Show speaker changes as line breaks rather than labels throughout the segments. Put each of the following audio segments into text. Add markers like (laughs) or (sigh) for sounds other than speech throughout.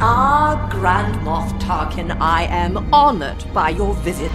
Ah, Grand Moff Tarkin, I am honored by your visit.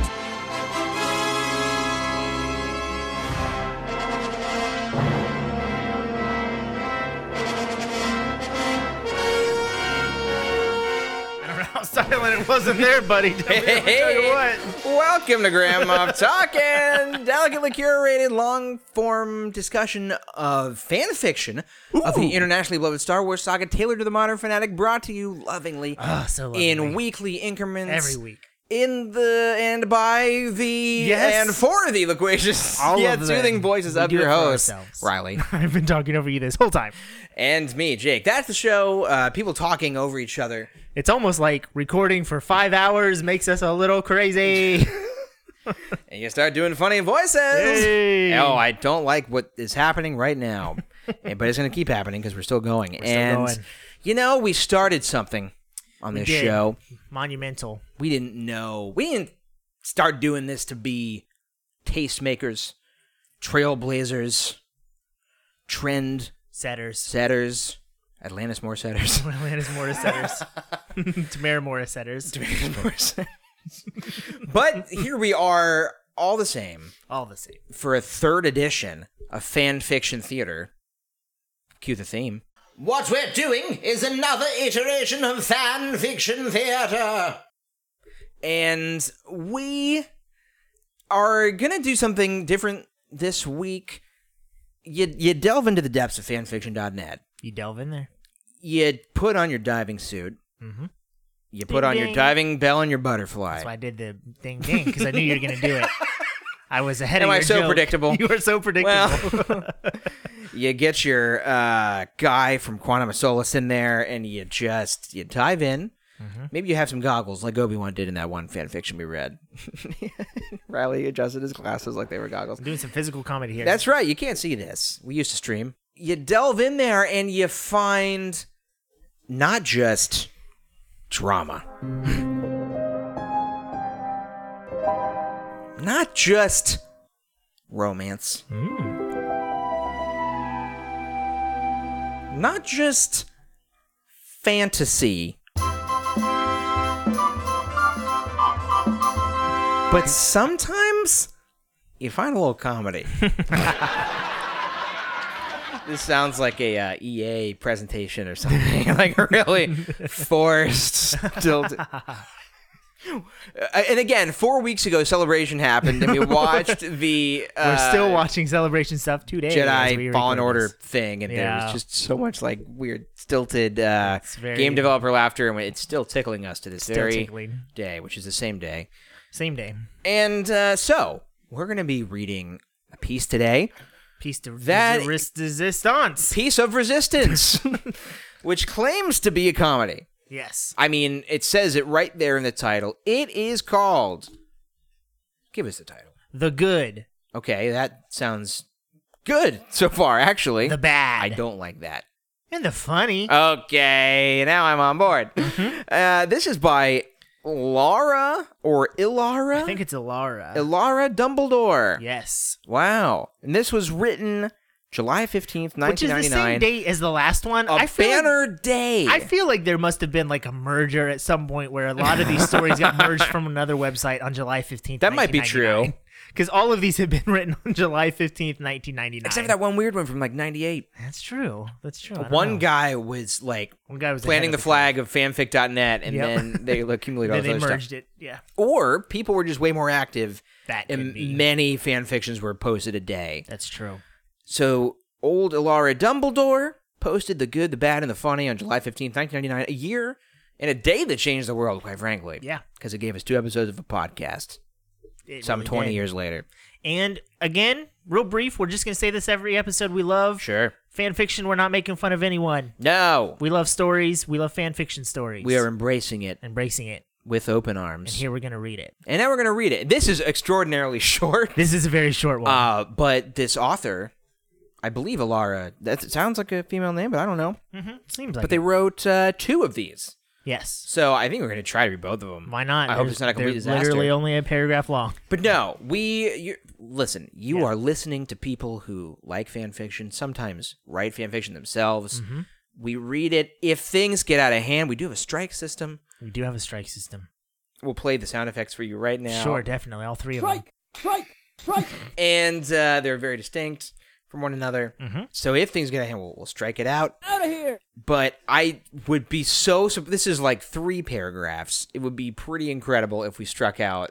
I don't know how silent it wasn't there,
(laughs)
buddy. Let me tell you what.
Welcome to Grand Moff Talking, delicately curated long form discussion of fan fiction of the internationally beloved Star Wars saga tailored to the modern fanatic, brought to you lovingly
Oh, so lovely.
in weekly increments.
every week.
In the and by the
Yes.
and for the loquacious,
All
yet
of them.
soothing voices
We
of
do
your
it for
host,
ourselves.
Riley.
(laughs) I've been talking over you this whole time.
And me, Jake. That's the show. Uh, people talking over each other.
It's almost like recording for five hours makes us a little crazy.
And you start doing funny voices.
Hey.
Oh, I don't like what is happening
(laughs)
right now. Eh, but it's going to keep happening because we're still going. and,
going.
you know, we started something on this
did.
show.
(laughs) Monumental.
We didn't know. We didn't start doing this to be tastemakers, trailblazers, trend
Setters.
setters, Atlantis more
(laughs)
setters. (laughs)
Atlantis Morris (laughs) setters. Tamara Morris setters.
but here we are, all the same.
All the same.
for a third edition of fan fiction theater. Cue the theme. What we're doing is another iteration of fan fiction theater. And we are gonna do something different this week. You you delve into the depths of fanfiction.net.
You delve in there.
You put on your diving suit.
Mhm.
You put on your
Ding, ding.
diving bell and your butterfly.
That's why I did the ding ding because I knew you were gonna (laughs) do it. I was ahead
Am
of
I
your
so
joke.
predictable?
(laughs) You were so predictable.
you get your uh, guy from Quantum of Solace in there, and you just you dive in. Maybe you have some goggles, like Obi Wan did in that one fan fiction we read. (laughs) Riley adjusted his glasses like they were goggles.
(laughs) Doing some physical comedy here.
That's right. You can't see this. We used to stream. You delve in there, and you find not just drama, (laughs) not just romance.
Mm.
not just fantasy, but sometimes you find a
(laughs)
little comedy. this sounds like a uh, EA presentation or something, (laughs) like really forced. Still,
(laughs)
and again, four weeks ago, Celebration happened,
(laughs)
and we watched the. Uh,
We're still watching celebration stuff today. as we
Jedi Fallen
record
Order
this.
thing, and there
Yeah.
was just so much like weird, stilted uh,
very-
game developer laughter, and it's still tickling us to this
Still
very
tickling.
day, which is the same day.
Same day.
And uh, so we're gonna be reading a piece today,
Piece de
That-
resist- resistance.
piece
(laughs)
of Resistance, which claims to be a comedy.
Yes.
I mean, it says it right there in the title. It is called. Give us the title.
The good.
Okay, that sounds good so far. Actually,
The bad.
I don't Uh, like that.
And the funny.
Okay, now I'm on board.
Mm-hmm.
Uh, this is by Lara or Ilara?
I think it's Alara.
Ilara Dumbledore.
yes.
Wow. And this was written July 15th, 1999.
Which is the same date as the last one.
A
I feel like-
banner day.
I feel like there must have been like a merger at some point where a lot of these stories
(laughs)
got merged from another website on July 15th.
That might be true.
Because all of these have been written on July 15th, 1999.
Except for that one weird one from like 98.
That's true. That's true. I don't know.
One guy was like
One guy was ahead
planting
of
the
curve.
flag of fanfic.net and
Yep.
then
(laughs)
they accumulated all
Then
this
they
other
merged
stuff.
it. Yeah.
Or people were just way more active
That could
and
be.
many fanfictions were posted a day.
That's true.
So old Ilara Dumbledore posted the good, the bad, and the funny on July 15th, 1999, a year and a day that changed the world, quite frankly.
Yeah.
Because it gave us two episodes of a podcast
It
some
really
20
did.
years later.
And again, real brief, we're just going to say this every episode. We love
Sure.
fan fiction. We're not making fun of anyone.
No.
We love stories. We love fan fiction stories.
We are embracing it
embracing it.
with open
And
arms.
here we're going to read it.
And now we're going to read it. This is extraordinarily (laughs) short,
This is a very short one.
uh, but this author, I believe Ilara, that sounds like a female name, but I don't know.
hmm Seems like
But they
it.
wrote uh, two of these.
Yes.
So I think we're going to try to read both of them.
Why not?
I hope
There's-
it's not a complete
they're
disaster.
Literally only a paragraph long.
But no, we you, listen. You
Yeah. Mm-hmm.
are listening to people who like fan fiction, sometimes write fan fiction themselves, We read it. If things get out of hand, we do have a strike system.
We do have a strike system.
We'll play the sound effects for you right now.
Sure, definitely. All three of them.
And uh, they're very distinct from one another.
Mhm.
So if things get out of hand, we'll, we'll strike it out. Out of here. But I would be so. sur- This is like three paragraphs. It would be pretty incredible if we struck out.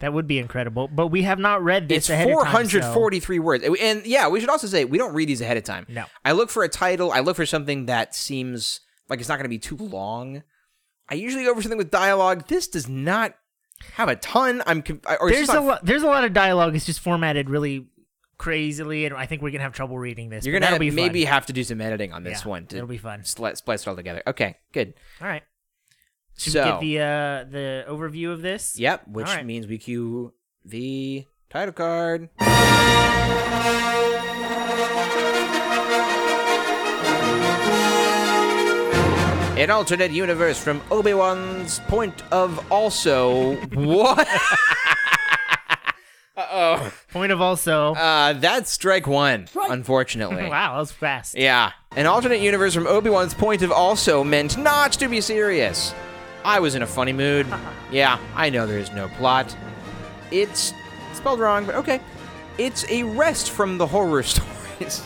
That would be incredible. But we have not read this
It's
ahead of time, so-
443 words. And- And yeah, we should also say we don't read these ahead of time.
No.
I look for a title. I look for something that seems like it's not going to be too long. I usually go for something with dialogue. This does not have a ton. I'm con- or it's
there's
just
a
not-
lot. There's a lot of dialogue. It's just formatted really crazily, and I think we're gonna have trouble reading this.
You're
but
gonna
that'll
have-
be fun.
maybe have to do some editing on this
Yeah,
one. To
it'll be fun.
sli- splice it all together. Okay, good.
All right. Should
so,
we get the uh, the overview of this?
yep, which
All right.
means we cue the title card. An alternate universe from Obi Wan's point of also (laughs) what?
Point of also.
Uh, that's strike one, unfortunately.
wow, that was fast.
Yeah. An alternate universe from Obi Wan's point of also meant not to be serious. I was in a
(laughs)
funny mood. yeah, I know there is no plot. It's spelled wrong, but okay. It's a rest from the horror (laughs) stories.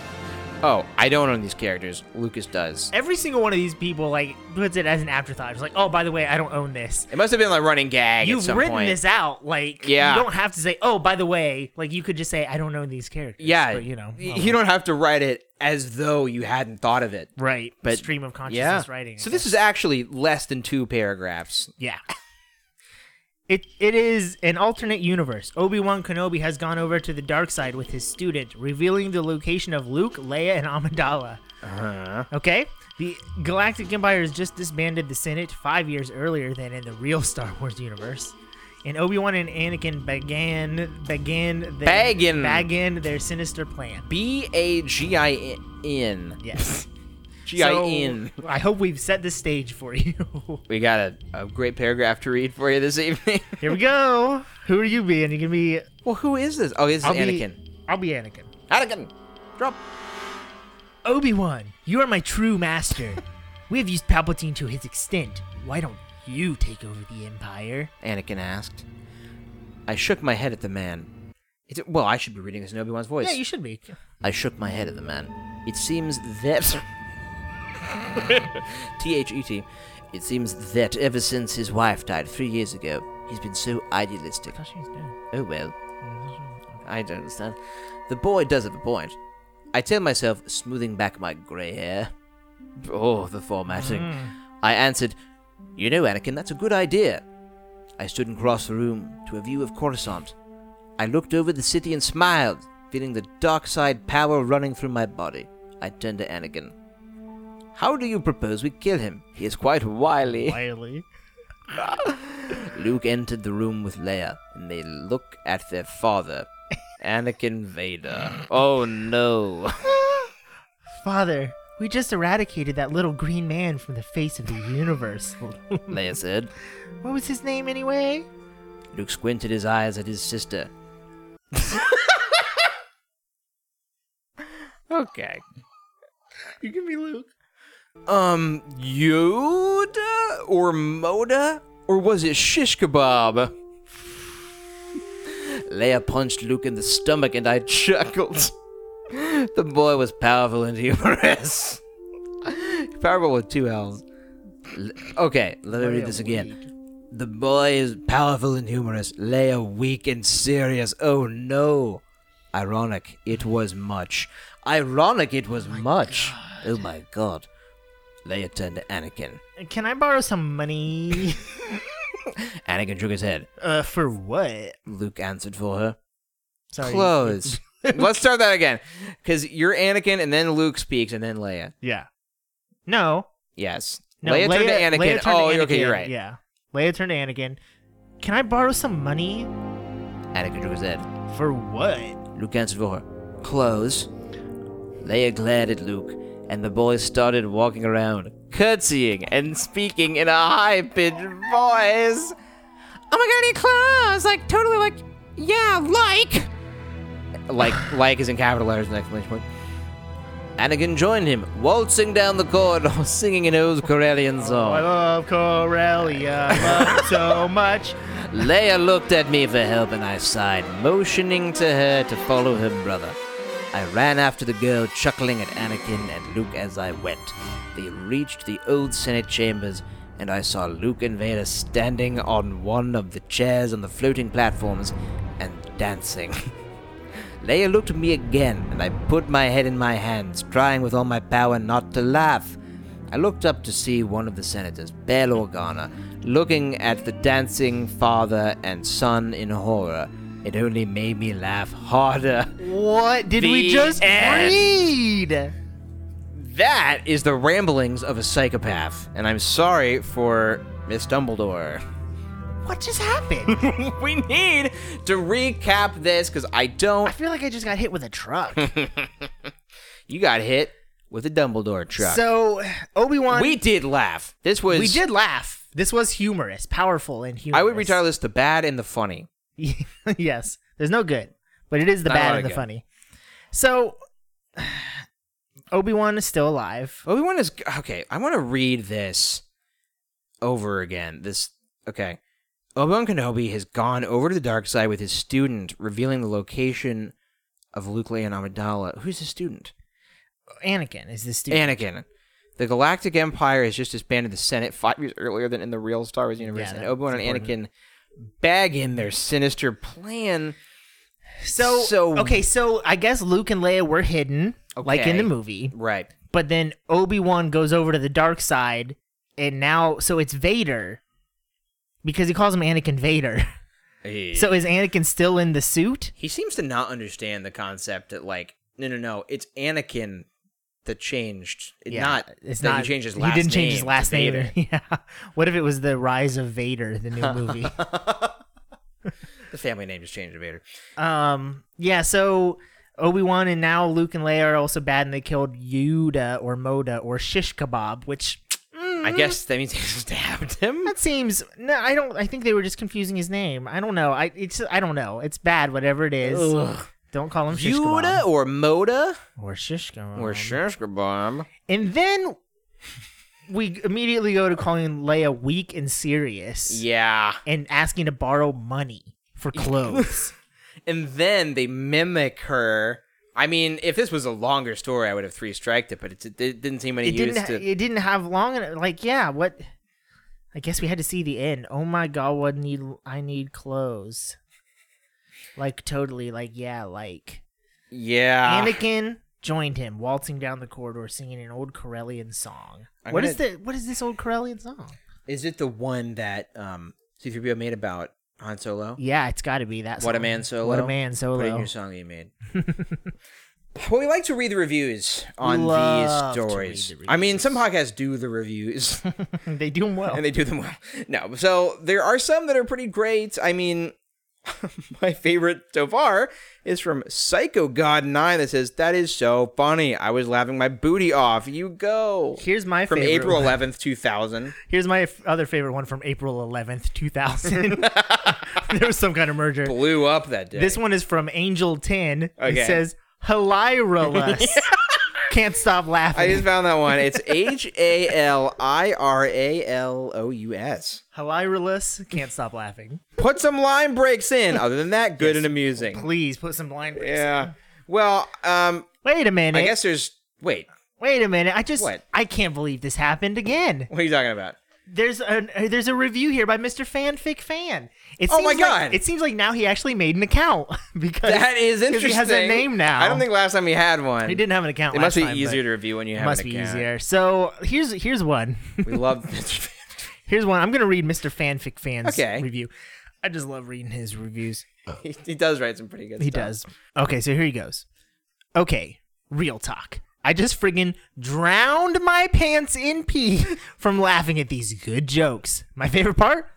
Oh, I don't own these characters. Lucas does.
Every single one of these people like puts it as an afterthought. It's like, oh, by the way, I don't own this.
It must have been like running gag. at
You've
some
written
point.
this out, like
Yeah.
you don't have to say, oh, by the way. Like you could just say, I don't own these characters.
Yeah,
but, you know, um,
y-
well,
you don't have to write it as though you hadn't thought of it.
right?
But
stream of
Yeah.
consciousness writing. I
So this is actually less than two paragraphs.
Yeah. It, it is an alternate universe. Obi Wan Kenobi has gone over to the dark side with his student, revealing the location of Luke, Leia, and Amidala. Okay? The Galactic Empire has just disbanded the Senate five years earlier than in the real Star Wars universe. And Obi Wan and Anakin began began their,
Baggin.
began their sinister plan. (laughs)
B A G I N.
Yes.
G I N.
So, I hope we've set the stage for you. (laughs)
We got a, a great paragraph to read for you this evening. (laughs)
Here we go. Who are you being? You're gonna be
well, who is this? Oh, this is
I'll
Anakin.
Be, I'll be Anakin.
Anakin, drop.
Obi Wan, you are my true
(laughs)
master. we have used Palpatine to his extent. Why don't you take over the Empire?
Anakin asked. I shook my head at the man. It, well, I should be reading this in Obi Wan's voice.
Yeah, you should be.
I shook my head at the man. It seems (laughs) that. T H E T. It seems that ever since his wife died three years ago, he's been so idealistic. (laughs) Oh well. I don't understand. The boy does have a point. I tell myself, smoothing back my grey hair. Oh, the formatting. I answered, You know, Anakin, that's a good idea. I stood and crossed the room to a view of Coruscant. I looked over the city and smiled, feeling the dark side power running through my body. I turned to Anakin. How do you propose we kill him? He is quite wily.
Wiley.
Luke entered the room with Leia, and they look at their father, Anakin Vader. Oh no.
(laughs) Father, we just eradicated that little green man from the face of the
(laughs)
universe. what
Leia said.
was his name anyway?
Luke squinted his eyes at his sister. okay.
You can be Luke.
Um, Yoda or Moda? Or was it shish kebab? Leia punched Luke in the stomach and I chuckled. The boy was powerful and humorous. (laughs) powerful with two L's. L- Okay, let me read this again. The boy is powerful and humorous. Leia weak and serious. Oh no. Ironic, it was much. Ironic, it was much. Oh my god. Leia turned to Anakin.
Uh, Can I borrow some money?
Anakin shook his head.
(laughs) uh, for what?
Luke answered for her.
Sorry.
Close. Let's start that again. Because you're Anakin, and then Luke speaks, and then Leia.
Yeah. No.
Yes.
No,
Leia, turned to
Leia-
Anakin.
Leia turned to
oh, okay,
Anakin,
you're right.
Yeah. Leia turned to Anakin. Can I borrow some money?
Anakin shook his head.
For what?
Luke answered for her. Close. Leia glared at Luke, and the boy started walking around, curtsying and speaking in a high pitched voice. Oh my god, he close! Like, totally like, yeah, like! Like, like is in capital letters, an exclamation point. Anakin joined him, waltzing down the corridor, (laughs) singing an old Corellian
I
song.
love Corellia I love
(laughs)
so much.
Leia looked at me for help and I sighed, motioning to her to follow her brother. I ran after the girl, chuckling at Anakin and Luke as I went. They reached the old Senate chambers, and I saw Luke and Vader standing on one of the chairs on the floating platforms and dancing. (laughs) Leia looked at me again, and I put my head in my hands, trying with all my power not to laugh. I looked up to see one of the senators, Bail Organa, looking at the dancing father and son in horror. It only made me laugh harder. (laughs)
What did we
The
just
end.
read?
That is the ramblings of a psychopath, and I'm sorry for Miss Dumbledore. (laughs)
What just happened?
we need to recap this because I don't.
I feel like I just got hit with a truck.
You got hit with a Dumbledore (laughs) truck.
So Obi Wan,
we did laugh. This was
we did laugh. This was humorous, powerful, and humorous.
I would retire this the bad and the funny.
(laughs) yes, there's no good, but it is the
Not a lot
bad
of
and the
good.
funny. So (sighs) Obi Wan is still alive.
Obi Wan is okay. I want to read this over again. This okay. Obi Wan Kenobi has gone over to the dark side with his student, revealing the location of Luke Leia and Amidala. Who's his student?
Anakin is this dude.
Anakin. The Galactic Empire has just disbanded the Senate five years earlier than in the real Star Wars universe,
Yeah,
and
that's
Obi Wan and
important.
Anakin bag in their sinister plan.
so
so-
okay, so I guess Luke and Leia were hidden, like in
Okay.
the movie.
Right.
But then Obi Wan goes over to the dark side, and now so it's Vader because he calls him Anakin Vader. (laughs) So is Anakin still in the suit?
he seems to not understand the concept that like no no no it's Anakin that changed it, not that he changed his last
He didn't
name
change his
to
last name.
Vader.
(laughs) Yeah. What if it was the Rise of Vader, the new
(laughs)
movie?
the family name just changed to Vader
um. Yeah. So Obi Wan and now Luke and Leia are also bad, and they killed Yoda or Moda or Shish Kebab, which
I
Mm-hmm.
guess that means (laughs) he stabbed him
That seems no. I don't. I think they were just confusing his name. I don't know. I it's. I don't know. It's bad. Whatever it is. Don't call him shish
Yoda
kebab.
or Moda
or shish kebab.
or Shish Kebab
and then we immediately go to calling Leia weak and serious.
yeah
And asking to borrow money
(laughs)
for clothes.
and then they mimic her I mean if this was a longer story I would have three striked it but it, it didn't seem any
it
use
didn't. ha-
to
It didn't have long. en- Like yeah. What? I guess we had to see the end. Oh my god! What need I need clothes? Like totally. Like yeah. Like.
yeah
Anakin joined him, waltzing down the corridor, singing an old Corellian song.
I'm
What is the what is this old Corellian song?
is it the one that um C3PO made about Han Solo
Yeah, it's got to be that. Song.
What a Man Solo.
What a man solo.
Put in your song you made. (laughs) well, we like to read the reviews on
Love to
these
read
stories.
the
I mean, some podcasts do
(laughs)
the reviews
(laughs) they do 'em well.
and they do them well. No, so there are some that are pretty great. I mean, (laughs) my favorite so far is from Psycho God Nine that says that is so funny. I was laughing my booty off. You go.
Here's my
from
favorite
April
one.
11th, 2000.
Here's my f- other favorite one from April 11th, 2000.
(laughs)
(laughs) there was some kind of merger.
Blew up that day.
This one is from Angel 10. It
Okay.
says
(laughs)
hilarious. Can't stop
I
laughing.
just found that
(laughs)
one. It's H A L I R A L O U S.
Hilarious. Can't stop laughing.
Put some line breaks in. Other than that, good and amusing.
Please put some blind.
Yeah. Well, um,
Wait a minute.
I guess there's. Wait,
Wait a minute. I just
What?
I can't believe this happened again.
what are you talking about?
There's a uh, there's a review here by Mr. Fanfic Fan. It
Oh my
seems like-
God.
it seems like now he actually made an account (laughs) because
That is
'cause
interesting.
He has a name now.
I don't think last time we had one.
he didn't have an account.
It must
last
be
time,
easier
but
to review when you
it
have
must
an
be
account.
easier. So here's here's one. (laughs)
We love (laughs) Mr.
here's one. I'm gonna read Mr. Fanfic Fan's
Okay.
review. I just love reading his reviews.
He, he does write some pretty good
He
stuff.
does. Okay, so here he goes. Okay, real talk. I just friggin' drowned my pants in pee (laughs) from laughing at these good jokes. My favorite part?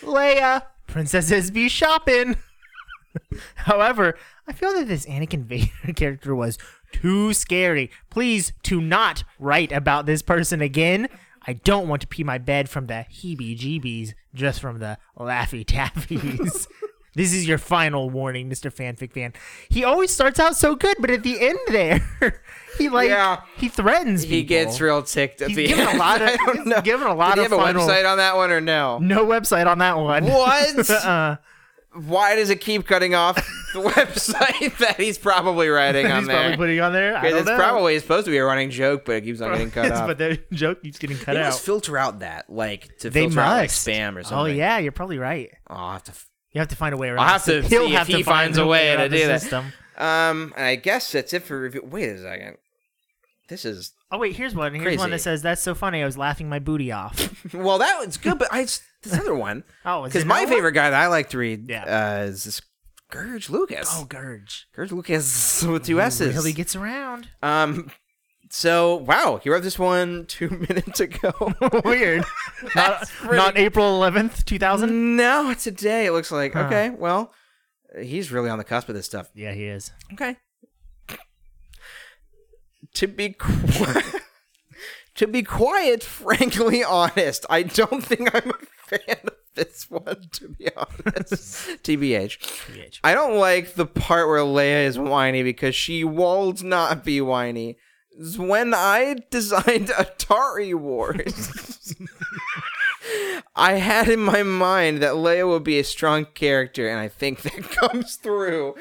Leia, princesses be shopping. (laughs) However, I feel that this Anakin (laughs) Vader character was too scary. Please do not write about this person again. I don't want to pee my bed from the heebie jeebies, just from the laffy taffies. (laughs) This is your final warning, Mr. Fanfic Fan. He always starts out so good, but at the end there, (laughs) he like
Yeah.
he threatens people.
He gets real ticked at
He's
the
given
end.
a
(laughs)
lot of
I don't know.
he's given a lot
Did he
of
have
final-
a website on that one or no?
No website on that one. (laughs)
What?
uh,
Why does it keep cutting off the
(laughs)
website that he's probably
(laughs)
writing on
he's probably
there?
putting on there. I
Because
don't
it's
know.
probably supposed to be a running joke, but it keeps on
(laughs)
getting cut
It's-
off.
but the joke keeps getting cut
They
out.
must filter out that like to
they
filter out like
must
spam or something.
Oh yeah, you're probably right.
Oh, I'll have to f-
You have to find a way around.
I'll have to
the (laughs) system. He'll
see if
have
he
to find
finds a way
around
to
the
do that.
system.
Um, and I guess that's it for review. Wait a second. This is
Oh wait, here's one. Here's one
Crazy.
that says, "That's so funny. I was laughing my booty off." (laughs)
Well, that was good, but I this other one
Oh, is
because
it
my
another one?
favorite guy that I like to read
Yeah.
uh, is this Gurge Lucas.
Oh, Gurge.
Gurge Lucas (laughs) with two S's.
Really gets around.
Um, so wow, he wrote this one (laughs) two minutes ago. (laughs)
(laughs) Weird. not, not April 11th,
Mm.
2000.
no, it's a day. It looks like okay. Well, he's really on the cusp of this stuff.
Yeah, he is.
Okay. To be qu- (laughs) to be quiet, frankly honest, I don't think I'm a (laughs) fan of this one. To be honest, tbh. I don't like the part where Leia is whiny because she won't not be whiny. It's When I (laughs) designed Atari Wars, I had in my mind that Leia would be a strong character, and I think that (laughs) comes through.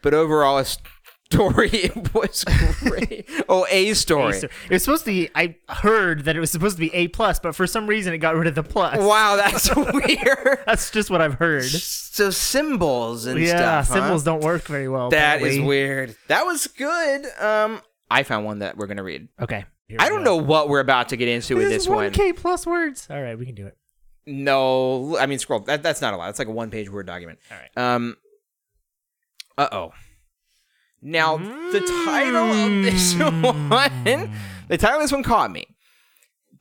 But overall, a story (laughs) it was great. oh, a story.
It was supposed to be. I heard that it was supposed to be A plus, but for some reason it got rid of the plus.
Wow, that's (laughs) weird.
That's just what I've heard.
so symbols and
yeah,
stuff. huh?
symbols don't work very well.
That is
apparently.
weird. That was good. Um, I found one that we're gonna read.
Okay. here
I
we
don't
go.
know what we're about to get into with
This
this
is
one.
1K plus words. All right, we can do it.
No, I mean scroll. That, that's not a lot. It's like a one-page word document. All right. Um. Uh oh. Now the title of this (laughs) one, the title of this one caught me.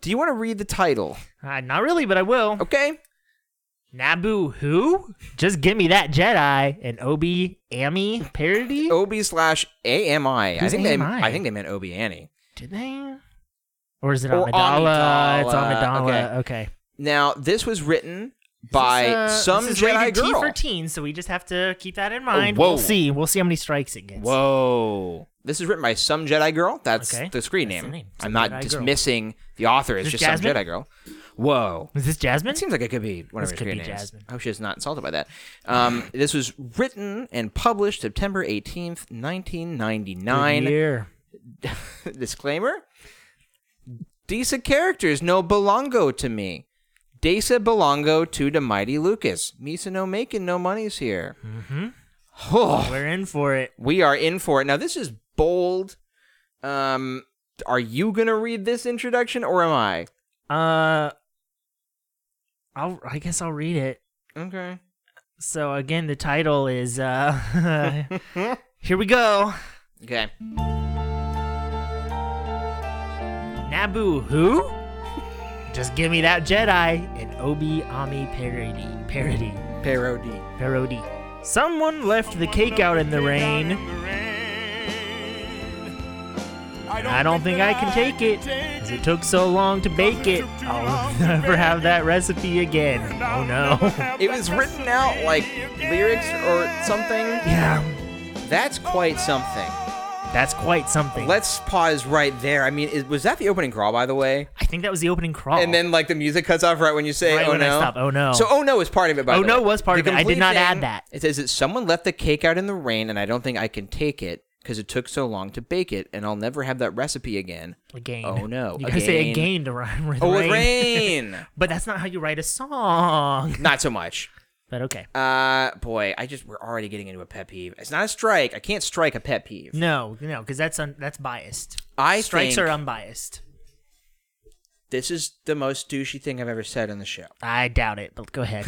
Do you want to read the title?
Uh, not really, but I will.
Okay.
Naboo who? Just give me that Jedi and Obi Ami parody.
Ob slash AMI. I
Who's
think they.
AMI?
I think they meant Ob Annie.
Did they? Or is it
Or
Amidala? It's
Amidala.
Amidala. Okay.
Now this was written by
This, uh,
some
this is
Jedi
rated T
girl. Oh,
for teens, so we just have to keep that in mind.
whoa.
we'll see. We'll see how many strikes it gets.
Whoa. This is written by Some Jedi Girl. That's
Okay.
the screen
That's
name.
the name.
I'm
Some Jedi
not
Girl.
dismissing the author. It's
Is this
just Some
Jasmine?
Jedi Girl. Whoa.
Is this Jasmine?
It seems like it could be one of
This
her
could
screen
be
names.
Jasmine.
I hope she's not insulted by that. Um, this was written and published September 18th, 1999.
Year.
(laughs) Disclaimer. Disa characters no belongo to me. Desa belongo to the mighty Lucas. Misa no making no monies here. Mm-hmm.
We're in for it.
We are in for it. Now this is bold. Um are you going to read this introduction or am I?
Uh, I'll. I guess I'll read it.
Okay.
So again, the title is. uh
(laughs)
Here we go.
Okay.
Naboo who? Just give me that Jedi and Obi Ami parody. Parody.
Parody.
Parody. Someone left the cake out in the rain. And I don't think I can take it. 'cause It took so long to bake it. I'll (laughs) never have that recipe again. Oh no. (laughs)
It was written out like lyrics or something.
yeah,
That's quite something.
that's quite something.
Let's pause right there. I mean, is, was that the opening crawl by the way?
I think that was the opening crawl.
And then like the music cuts off right when you say
Right
oh
when I
no.
stop, oh, no.
So oh no is part of it by
Oh,
the
no
way.
was part
The
of it. I did
complete
not
thing,
add that.
It says that someone left the cake out in the rain and I don't think I can take it because it took so long to bake it and I'll never have that recipe again.
again.
Oh, no,
You gotta say
again.
again to rhyme (laughs) with
Oh,
rain. (laughs)
with rain.
But that's not how you write a song. (laughs)
not so much.
But okay.
Uh, boy, I just we're already getting into a pet peeve. It's not a strike. I can't strike a pet peeve.
No, no, because that's un- that's biased.
I
Strikes
think
are um, unbiased.
this is the most douchey thing I've ever said on the show.
I doubt it, but go
(laughs)
ahead.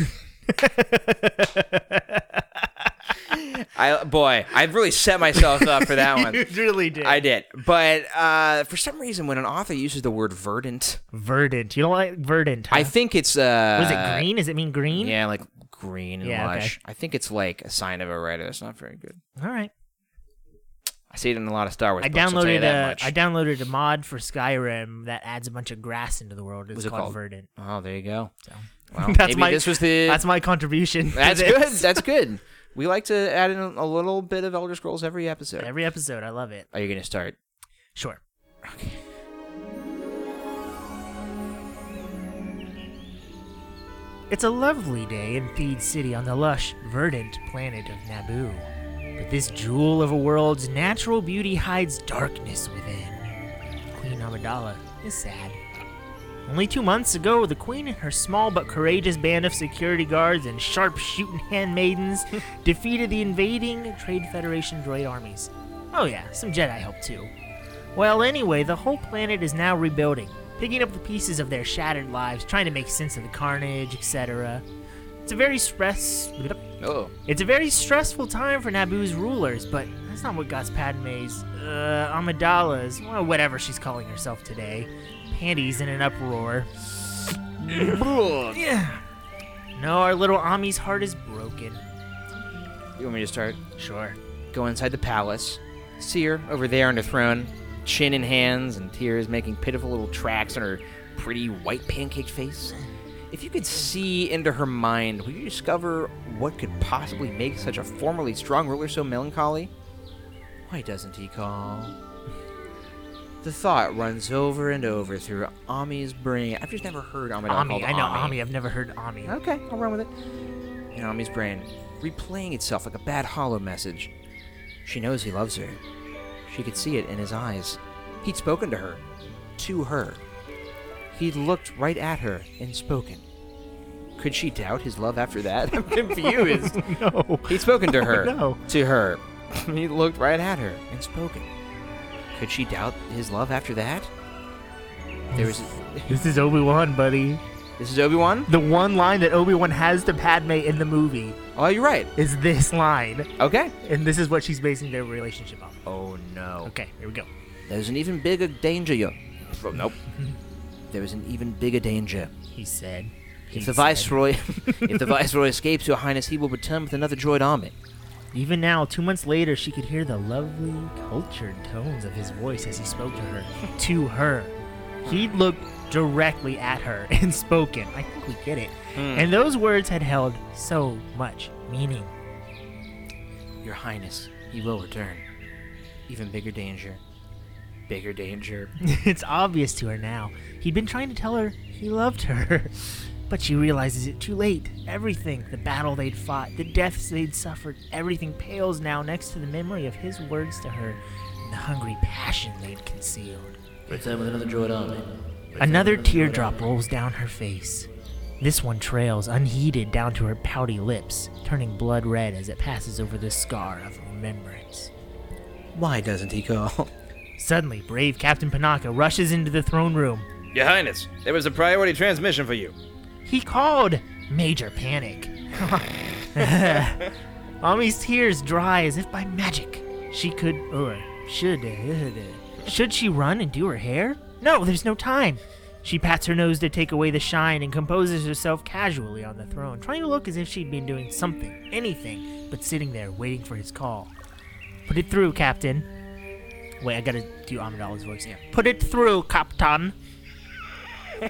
I boy, I've really set myself up
(laughs)
for that one.
really did.
I did, but uh, for some reason, when an author uses the word verdant,
Verdant. You don't like verdant. Huh?
I think it's uh,
Was it green? Does it mean green?
Yeah, like green and
Yeah, okay.
lush. I think it's like a sign of a writer. That's not very good.
All right.
I see it in a lot of Star Wars.
I
books, I'll tell you
downloaded
that
a
much.
I downloaded a mod for Skyrim that adds a bunch of grass into the world. It's
What's it
called,
called?
Verdant.
Oh, there
(laughs)
you go. Well,
That's
maybe
my-
this was the.
That's my contribution. (laughs) to
that's
this.
good. (laughs) That's good. We like to add in a little bit of Elder Scrolls every episode.
Every episode, I love it.
Are you going to start?
Sure. It's a lovely day in Theed City on the lush, verdant planet of Naboo. But this jewel of a world's natural beauty hides darkness within. Queen Amidala is sad. Only two months ago, the Queen and her small but courageous band of security guards and sharp shooting handmaidens defeated the invading Trade Federation droid armies. Oh, yeah, some Jedi help too. Well, anyway, the whole planet is now rebuilding, picking up the pieces of their shattered lives, trying to make sense of the carnage, etc. It's a very stress.
Oh.
It's a very stressful time for Naboo's rulers, but that's not what got Padme's, uh, Amidala's, well, whatever she's calling herself today, panties in an uproar. yeah. No, our little Ami's heart is broken.
You want me to start?
Sure.
Go inside the palace. See her over there on the throne, chin in hands and tears making pitiful little tracks on her pretty white pancake face. If you could see into her mind, would you discover what could possibly make such a formerly strong ruler so melancholy? Why doesn't he call? The thought runs over and over through Ami's brain. I've just never heard Amidala
Ami,
called
I know
Ami.
Ami. I've never heard Ami.
Okay, I'll run with it. In Ami's brain, replaying itself like a bad hollow message. She knows he loves her. She could see it in his eyes. He'd spoken to her. To her. He'd looked right at her and spoken. Could she doubt his love after that? (laughs) I'm confused.
(laughs) No.
He'd spoken (laughs) to her.
no.
To her. he looked right at her and spoken. Could she doubt his love after that? There was.
This is Obi Wan, buddy.
This is Obi Wan?
The one line that Obi Wan has to Padme in the movie
Oh, you're right.
is this line,
Okay.
and this is what she's basing their relationship on.
Oh, no.
Okay, here we go.
There's an even bigger danger, you. Nope. There is an even bigger danger.
He said.
If the (laughs) viceroy, if the viceroy escapes, your highness, he will return with another droid army.
Even now, two months later, she could hear the lovely, cultured tones of his voice as he spoke to her. to her. He looked directly at her and (laughs) spoken. I think we get it. And those words had held so much meaning.
Your highness, he will return. Even bigger danger. Bigger danger.
(laughs) it's obvious to her now. He'd been trying to tell her he loved her. (laughs) But she realizes it too late. Everything, the battle they'd fought, the deaths they'd suffered, everything pales now next to the memory of his words to her and the hungry passion they'd concealed.
Return with another droid army.
Another teardrop rolls down her face. This one trails unheeded down to her pouty lips, turning blood red as it passes over the scar of remembrance.
Why doesn't he call?
Suddenly, brave Captain Panaka rushes into the throne room.
Your Highness, there was a priority transmission for you.
He called! Major panic. Ami's tears dry as if by magic. She could, or should, uh, should she run and do her hair? No, there's no time. She pats her nose to take away the shine and composes herself casually on the throne, trying to look as if she'd been doing something, anything, but sitting there waiting for his call. Put it through, Captain. Wait, I gotta do Amidala's voice. Yeah. Put it through, Captain. a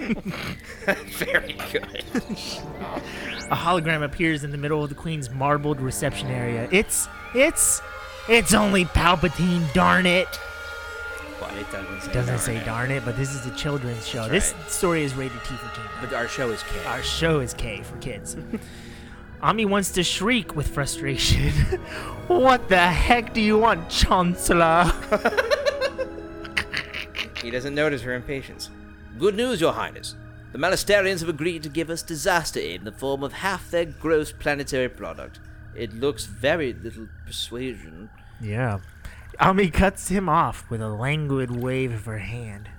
hologram appears in the middle of the queen's marbled reception area. It's it's it's only Palpatine, darn it.
Why it doesn't say.
Doesn't say darn it, but this is a children's show. This story is rated T for teen.
But our show is K.
Our show is K for (laughs) kids. Ami wants to shriek with frustration. (laughs) what the heck do you want, Chancellor?
He doesn't notice her impatience. Good news, Your Highness. The Malastarians have agreed to give us disaster aid in the form of half their gross planetary product. It looks very little persuasion.
Yeah. Ami cuts him off with a languid wave of her hand.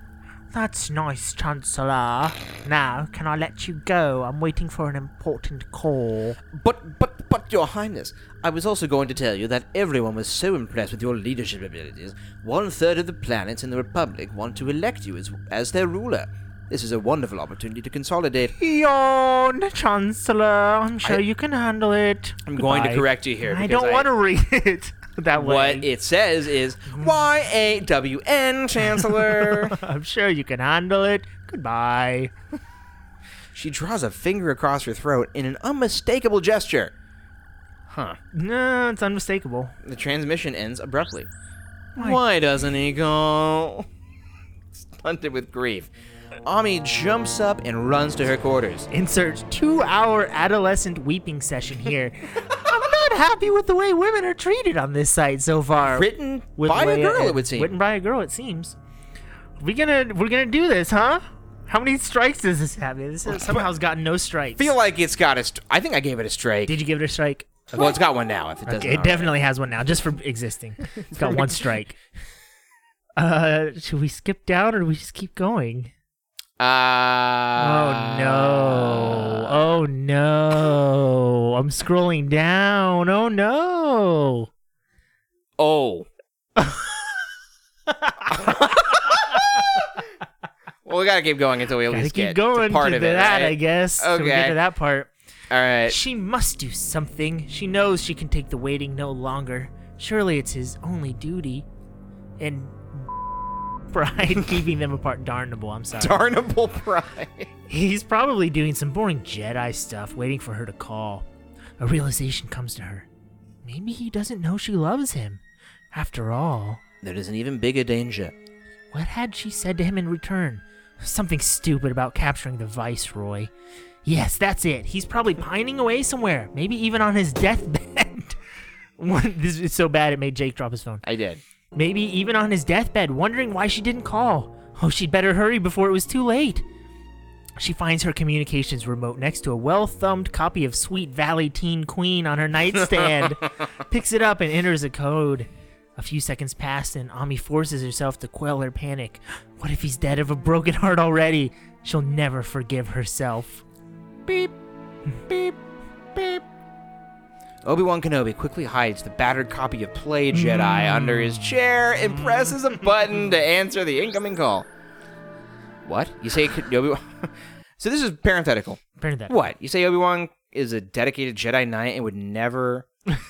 That's nice, Chancellor. Now, can I let you go? I'm waiting for an important call.
But, but, but, Your Highness, I was also going to tell you that everyone was so impressed with your leadership abilities. One third of the planets in the Republic want to elect you as, as their ruler. This is a wonderful opportunity to consolidate.
Yawn, Chancellor. I'm sure
I-
you can handle it.
I'm going to
Goodbye.
correct you here
I
because
don't
I-
want to read it. (laughs) that way.
What it says is Y A W N Chancellor. (laughs)
I'm sure you can handle it. Goodbye.
she draws a finger across her throat in an unmistakable gesture. Huh.
No, it's unmistakable.
The transmission ends abruptly. Why doesn't he go? Stunted with grief, Ami jumps up and runs to her quarters.
Insert two hour adolescent weeping session
(laughs)
here. I'm not happy with the way women are treated on this site so far.
Written
With
by a
Leia
girl, it
and-
would seem.
Written by a girl, it seems. We gonna we're gonna do this, huh? How many strikes does this have? This has somehow's gotten no strikes.
feel like it's got a. St- I think I gave it a strike.
Did you give it a strike?
well, it's got one now. If it doesn't,
it definitely has one now, just for
(laughs)
existing. It's got one strike. Uh, should we skip down or do we just keep going?
Uh,
oh no! Oh no! I'm scrolling down. Oh no!
Oh. (laughs) well, we gotta keep going until we at
Gotta
least
keep
get to
going
part
to
of it.
that,
right?
I guess. till we get
Okay.
to that part.
All right.
She must do something. She knows she can take the waiting no longer. Surely it's his only duty. And (laughs) pride keeping them apart. (laughs) Darnable. I'm sorry.
Darnable pride.
He's probably doing some boring Jedi stuff, waiting for her to call. A realization comes to her. Maybe he doesn't know she loves him. After all,
There is an even bigger danger.
what had she said to him in return? Something stupid about capturing the Viceroy. Yes, that's it. He's probably pining away somewhere, maybe even on his deathbed. (laughs) One- this is so bad it made Jake drop his phone.
I did.
Maybe even on his deathbed, wondering why she didn't call. Oh, she'd better hurry before it was too late. She finds her communications remote next to a well thumbed copy of Sweet Valley Teen Queen on her
(laughs)
nightstand, picks it up, and enters a code. A few seconds pass, and Ami forces herself to quell her panic. (gasps) What if he's dead of a broken heart already? She'll never forgive herself. Beep, beep, beep.
Obi Wan Kenobi quickly hides the battered copy of Play Jedi
Mm.
under his chair and presses a button to answer the incoming call. What? You say Obi Wan. (laughs) so this is parenthetical.
Burn that.
What? You say Obi Wan is a dedicated Jedi Knight and would never,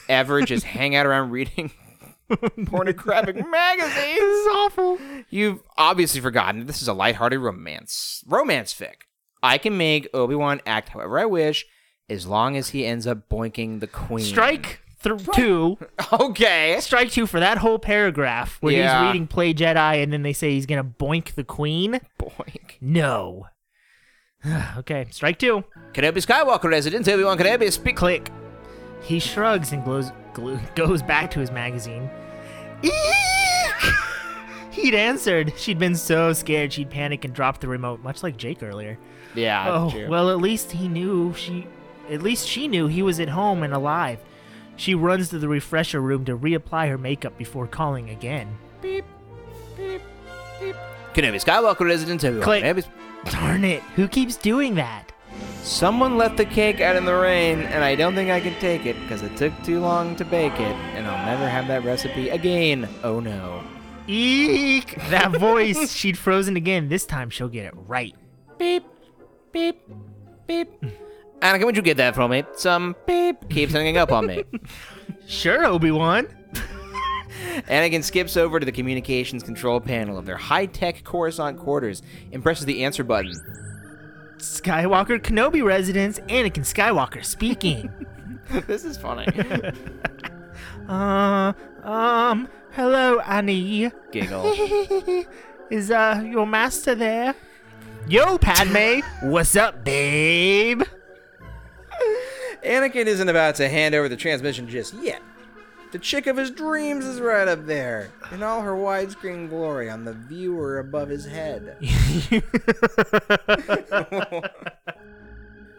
ever just hang out around reading pornographic magazines? This is awful. You've obviously forgotten that this is a lighthearted romance. Romance fic. I can make Obi Wan act however I wish as long as he ends up boinking the queen.
Strike th- two.
(laughs) Okay.
strike two for that whole paragraph where
Yeah.
he's reading Play Jedi and then they say he's gonna boink the queen.
Boink.
No. (sighs) okay, strike two.
Kenobi Skywalker resident Obi Wan Kenobi speak.
Click. He shrugs and glows, glo- (laughs) goes back to his magazine. Eek! (laughs) He'd answered. She'd been so scared she'd panic and drop the remote, much like Jake earlier.
Yeah.
Oh,
true.
well, at least he knew she. At least she knew he was at home and alive. She runs to the refresher room to reapply her makeup before calling again.
Kenobi Skywalker resident Obi Wan
Click.
Kenobi.
Darn it, who keeps doing that?
Someone left the cake out in the rain, and I don't think I can take it because it took too long to bake it, and I'll never have that recipe again. Oh no.
Eek! That voice, she'd frozen again. This time she'll get it right.
Beep, beep, beep. Anakin, would you get that from me? Some beep keeps hanging up on me.
Sure, Obi-Wan.
(laughs) Anakin skips over to the communications control panel of their high tech Coruscant quarters and presses the answer button. (laughs)
Skywalker Kenobi residence, Anakin Skywalker speaking.
this is (laughs) funny.
uh, um, hello, Annie. (laughs)
Giggle.
Is, uh, your master there? Yo, Padme. What's up, babe? (laughs)
Anakin isn't about to hand over the transmission just yet. The chick of his dreams is right up there, in all her widescreen glory on the viewer above his head.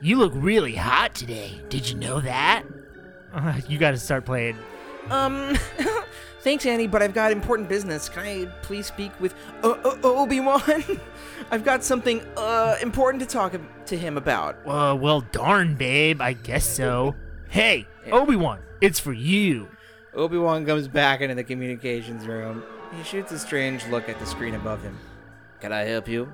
You look really hot today. Did you know that? Uh, you gotta start playing.
um, (laughs) thanks, Annie, but I've got important business. Can I please speak with o- o- Obi Wan? (laughs) I've got something uh important to talk to him about.
Uh, well, darn, babe. I guess so. Hey, Obi-Wan, it's for you.
Obi Wan comes back into the communications room. He shoots a strange look at the screen above him. Can I help you?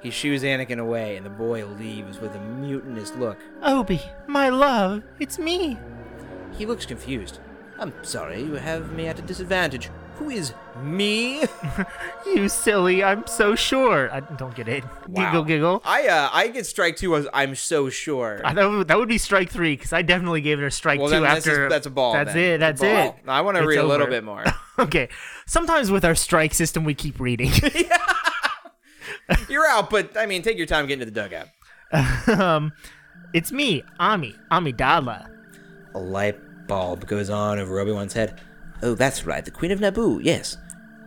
He shoos Anakin away, and the boy leaves with a mutinous look.
Obi, my love, it's me.
He looks confused. I'm sorry, you have me at a disadvantage. Who is me?
You silly, I'm so sure. I don't get it. (laughs) Giggle, giggle.
I uh, I get strike two as I'm so sure.
I, that, would, that would be strike three because I definitely gave it a strike
Well,
two
then that's
after.
just- that's a ball,
That's
then.
it. That's
It's a ball.
it.
I wanna
It's
read a little
over.
bit more. (laughs)
(laughs) okay. Sometimes with our strike system, we keep reading. (laughs)
You're out, but I mean, take your time getting to the dugout.
um, it's me, Ami, Amidala.
A light bulb goes on over Obi Wan's head. Oh, that's right, the Queen of Naboo, yes.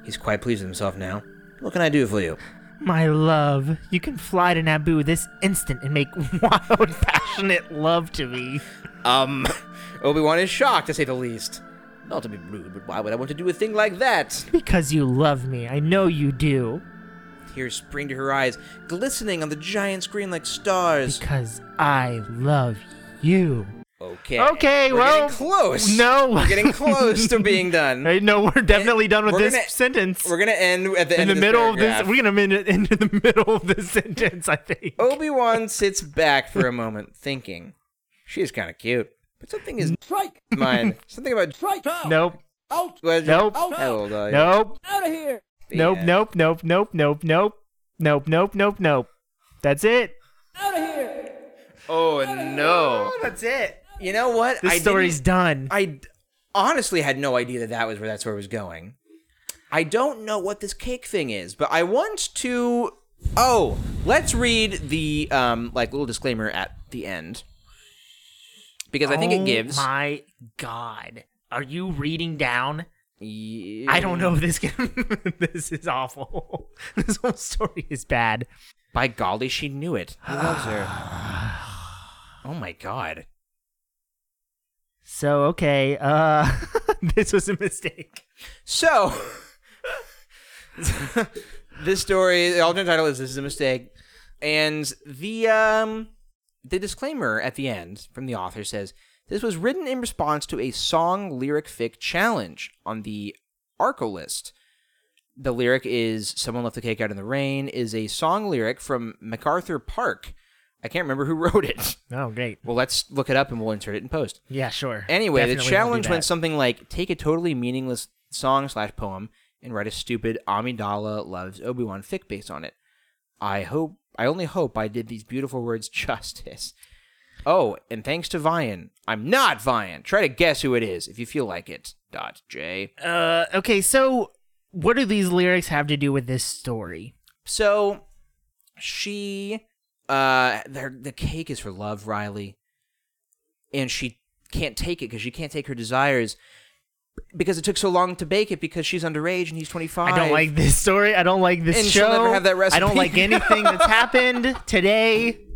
He's quite pleased with himself now. What can I do for you?
My love, you can fly to Naboo this instant and make (laughs) wild, passionate love to me.
Um, (laughs) Obi Wan is shocked, to say the least. Not to be rude, but why would I want to do a thing like that?
Because you love me. I know you do.
Tears spring to her eyes, glistening on the giant screen like stars.
Because I love you.
Okay.
Okay,
We're
well,
getting close.
no.
(laughs) We're getting close
(laughs)
to being done.
Hey, no, we're definitely done with
We're
this
gonna-
sentence.
We're gonna end at the
in
end
the
this
middle of this,
paragraph.
we're gonna min- (laughs) into the middle of this sentence. I think.
Obi Wan sits back for a moment, thinking, "She's kind of cute, but something is
Strike!
mine. Something about
Strike out!
Nope.
Out!
was
Nope.
How old are you?
Nope.
Out of here!
The
Nope.
end.
Nope. Nope. Nope. Nope. Nope. Nope. Nope. Nope. Nope. That's it.
Out of here!
Oh no.
That's it.
You know what?
This
I
story's done.
didn't- I d- honestly had no idea that that was where that story was going. I don't know what this cake thing is, but I want to. Oh, let's read the um like little disclaimer at the end because I think
Oh
it gives.
My God, are you reading down?
Ye-
I don't know if this can. (laughs) this is awful. (laughs) this whole story is bad.
By golly, she knew it. He loves her. Oh my god.
So okay, uh, (laughs) this was a mistake.
So, (laughs) this story, the alternate title is "This is a Mistake," and the um, the disclaimer at the end from the author says this was written in response to a song lyric fic challenge on the Arco list. The lyric is "Someone left the cake out in the rain" is a song lyric from MacArthur Park. I can't remember who wrote it. (laughs)
Oh great.
Well, let's look it up and we'll insert it in post.
Yeah, sure.
Anyway, the
Definitely we'll do
challenge went
that.
something like take a totally meaningless song slash poem and write a stupid Amidala loves Obi Wan fic based on it. I hope I only hope I did these beautiful words (laughs) justice. Oh, and thanks to Vian. I'm not Vian. Try to guess who it is if you feel like it. Dot J.
Uh, okay, so what do these lyrics have to do with this story?
So she uh the, the cake is for love, Riley. And she can't take it because she can't take her desires because it took so long to bake it because she's underage and he's 25.
I don't like this story. I don't like this
And
show.
she'll never have that
I don't
recipe.
like anything that's happened today. (laughs)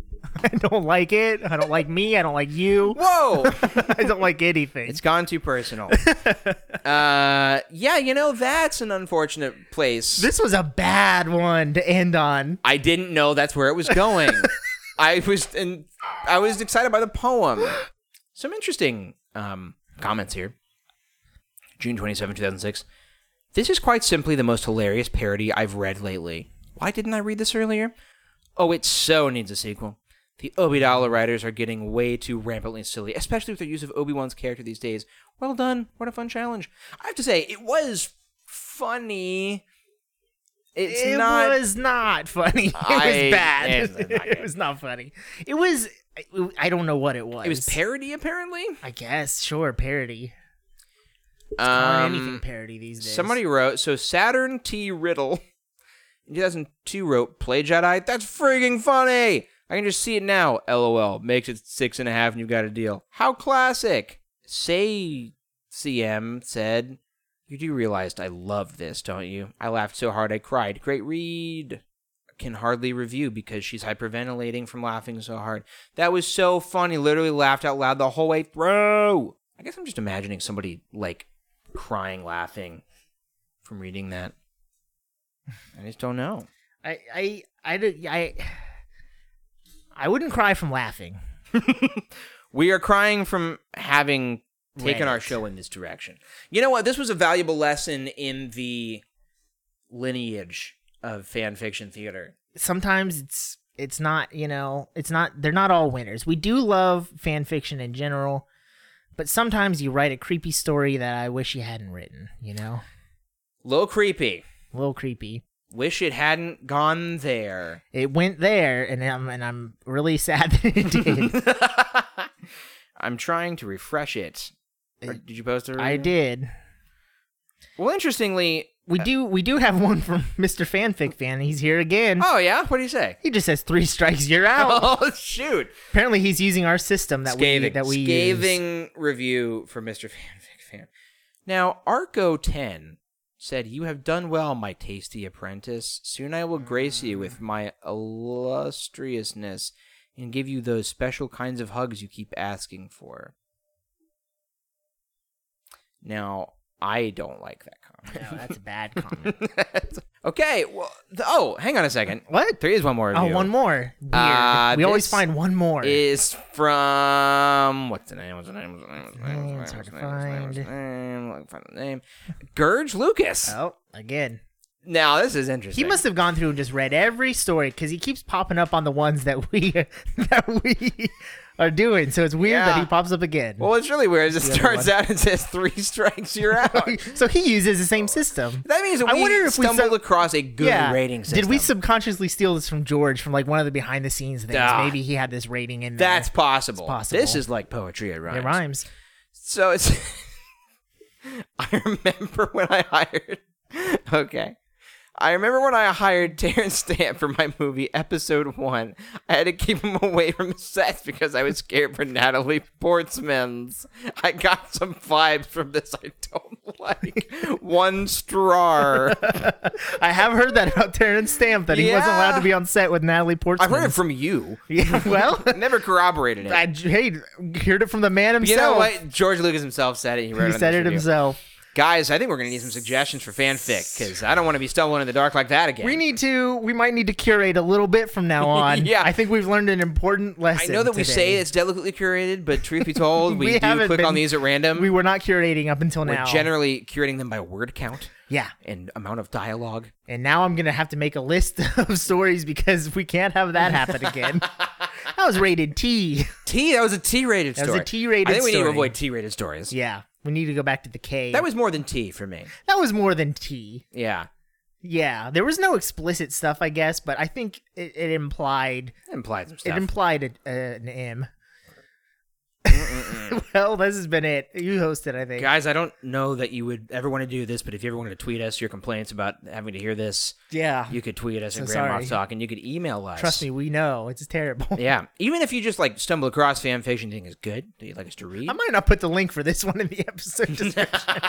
I don't like it. I don't like me. I don't like you. (laughs)
Whoa!
I don't like anything.
it's gone too personal. (laughs) uh, yeah, you know, that's an unfortunate place.
this was a bad one to end on.
I didn't know that's where it
(laughs)
was going. I was and I was excited by the poem. Some interesting um, comments here. June 27, 2006. This is quite simply the most hilarious parody I've read lately. Why didn't I read this earlier? Oh, it so needs a sequel. The Obidala writers are getting way too rampantly silly, especially with their use of Obi-Wan's character these days. Well done. What a fun challenge. I have to say, it was funny. It's
it
not
was not funny. (laughs) It
I-
was bad. (laughs)
it was not good.
It was not funny. It was. I- I don't know what it was.
It was parody, apparently.
I guess sure parody. Or anything
Um,
parody these days.
somebody wrote so Saturn T Riddle in 2002 wrote "Play Jedi." That's freaking funny. I can just see it now. LOL makes it six and a half, and you got a deal. How classic. Say CM said, "You do realize I love this, don't you?" I laughed so hard I cried. Great read. Can hardly review because she's hyperventilating from laughing so hard. That was so funny. Literally laughed out loud the whole way through. I guess I'm just imagining somebody like crying, laughing from reading that. I just don't know.
I I I did- I I wouldn't cry from laughing.
We are crying from having taken
Right.
our show in this direction. You know what? This was a valuable lesson in the lineage of fan fiction theater.
Sometimes it's it's not you know it's not they're not all winners. We do love fan fiction in general, But sometimes you write a creepy story that I wish you hadn't written, you know?
Little creepy.
A little creepy.
Wish it hadn't gone there.
It went there, and I'm, and I'm really (laughs) sad that
(laughs)
it did.
I'm trying to refresh it. Or did you post it?
I
already?
did.
Well, interestingly.
We do we do have one from (laughs) Mr. Fanfic Fan. He's here again.
Oh yeah. What do you say?
He just says three strikes, you're out.
(laughs) Oh (laughs) shoot!
Apparently, he's using our system that we that we use.
scathing review for Mr. Fanfic Fan. (laughs) Now, Arco Ten said, "You have done well, my tasty apprentice. Soon I will grace you with my illustriousness and give you those special kinds of hugs you keep asking for." Now, I don't like that comment.
No, Oh, that's a bad comment.
(laughs) okay. Well, th- oh, hang on a second.
(laughs) What?
There is one more.
Oh,
review.
one more. Weird.
Uh,
we always
this
find one more.
Is from what's the name? What's the name? What's the name? What's the name?
Name,
What's the
it's
name?
hard to
What's the name? What's the name? Let me Find the name. Gurge Lucas.
oh, again.
Now this is interesting.
He must have gone through and just read every story because he keeps popping up on the ones that we (laughs) that we are doing. So it's weird that
Yeah.
he pops up again.
Well, what's really weird is it
other
starts
one.
out and says three strikes, you're out.
so he uses the same system.
that means that
I
we
wonder if we
stumbled
sub-
across a good rating system.
Did we subconsciously steal this from George from like one of the behind the scenes things?
Ah.
Maybe he had this rating in there.
That's possible.
possible.
This is like poetry. It rhymes.
it rhymes. (laughs)
So it's. (laughs) I remember when I hired. Okay. I remember when I hired Terrence Stamp for my movie Episode One. I had to keep him away from sets because I was scared for Natalie Portman's. I got some vibes from this I don't (laughs) like. One straw.
I have heard that about Terrence Stamp that he wasn't
Yeah.
allowed to be on set with Natalie Portman.
I've heard it from you.
(laughs) Yeah,
(laughs)
well,
Never corroborated it.
I hey, heard it from the man
you
himself.
know what? George Lucas himself said it. He, wrote
He
on
said it
this review.
himself.
Guys, I think we're gonna need some suggestions for fanfic because I don't want to be stumbling in the dark like that again.
We need to. We might need to curate a little bit from
(laughs)
now on.
Yeah.
I think we've learned an important
I
lesson.
know that we
today.
say it's delicately curated, but truth be told,
(laughs)
we,
We
do
haven't
click on
been-
these at random.
we were not curating up until
We're
now.
generally curating them by word count
yeah,
and amount of dialogue.
and now I'm gonna have to make a list (laughs) of stories because we can't have that happen
(laughs)
again. that was rated T.
T, that was a T-rated
That was a
story.
T-rated
I think we need to
story.
avoid T-rated stories.
Yeah, we need to go back to the K.
That was more than T for me.
that was more than T.
Yeah,
Yeah, there was no explicit stuff, I guess, but I think it, it implied
that implied some stuff.
it implied a, a- an M. (laughs) well, this has been it. You hosted, I think.
Guys, I don't know that you would ever want to do this, but if you ever wanted to tweet us your complaints about having to hear this,
Yeah,
you could tweet us at
So
Grand Moff
sorry.
Talk, and you could email us.
trust me, we know it's terrible.
Yeah, even if you just like stumble across fan fiction you think is good that you'd like us to
(laughs)
read,
I might not put the link for this one in the
(laughs)
episode description.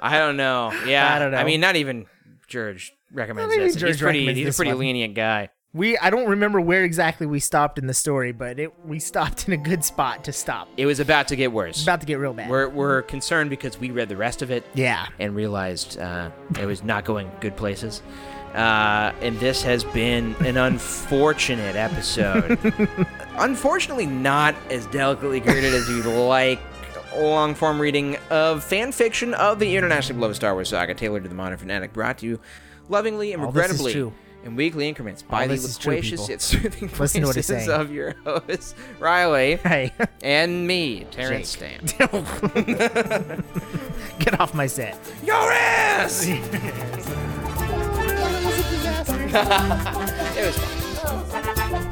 I don't know. Yeah,
(laughs) I don't know.
I mean, not even George recommends
Not even
this. he's
George
pretty,
recommends
he's
this
a pretty
one.
lenient guy.
we I don't remember where exactly we stopped in the story, but it we stopped in a good spot to stop.
It was about to get worse.
It's about to get real bad.
we're we're concerned because we read the rest of it
yeah.
and realized uh, it was not going good places. Uh, and this has been an unfortunate episode. (laughs) Unfortunately, not as delicately girded as you'd like. Long form reading of fan fiction of the internationally beloved Star Wars saga, tailored to the modern fanatic, brought to you lovingly and
All this is
regrettably
true.
in weekly increments by
All
the
this is true,
loquacious
people.
yet soothing
Listen to what he's
voices
saying.
of your host,
(laughs)
Riley,
Hey,
and me, Terrence Stamp.
get off my set. (laughs)
Your ass! it was fun.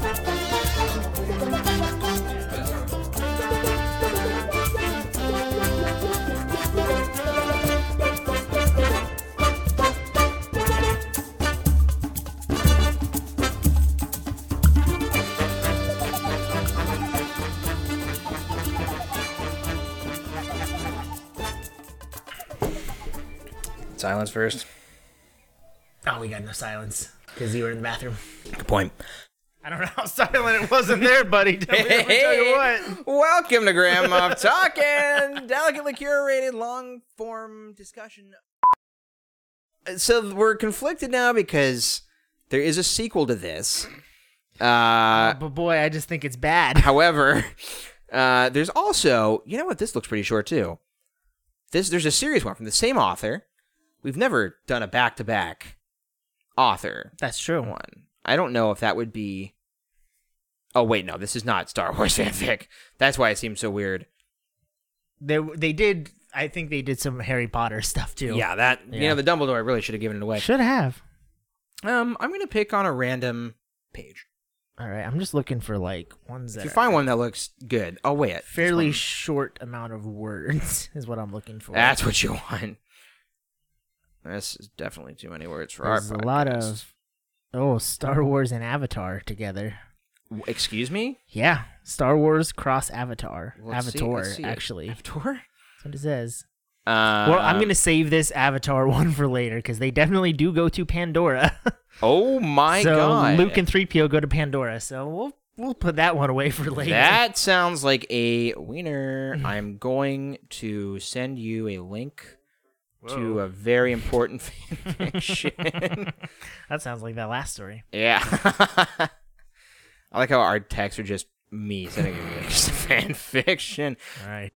Silence first.
Oh, we got no silence because you were in the bathroom.
Good point.
I don't know
(laughs)
how silent it wasn't there, buddy. Tell me, let me tell you what.
Welcome to Grandma Talking, (laughs) delicately curated long form discussion. So we're conflicted now because there is a sequel to this. Uh,
But boy, I just think it's bad.
however, uh, there's also you know what this looks pretty short too. This there's a series one from the same author. We've never done a back to back author
That's true.
one. I don't know if that would (laughs) be. Oh wait, no, this is not Star Wars fanfic. That's why it seems so weird.
They they did. I think they did some Harry Potter stuff too.
Yeah, that you
Yeah.
know the Dumbledore really should have given it away.
should have.
Um, I'm gonna pick on a random page.
All right, I'm just looking for like ones that
If you
are
find one that looks good, I'll weigh it.
fairly short amount of words (laughs) is what I'm looking for.
That's what you want. This is definitely too many words for
There's
our
a
podcast.
lot of oh Star Wars and Avatar together.
W- Excuse me.
Yeah, Star Wars cross Avatar.
Let's see-
Avatar,
let's see it.
actually. That's
Avatar.
what it says.
Uh,
well, I'm gonna save this Avatar (laughs) one for later because they definitely do go to Pandora.
Oh (laughs) my
so
god!
Luke and three PO go to Pandora. So we'll we'll put that one away for (laughs) later.
That sounds like a wiener. I'm going to send you a link to a very important (laughs) fanfiction.
That sounds like that last story.
yeah. (laughs) I like how our texts are just me sending you links to fanfiction.
All right.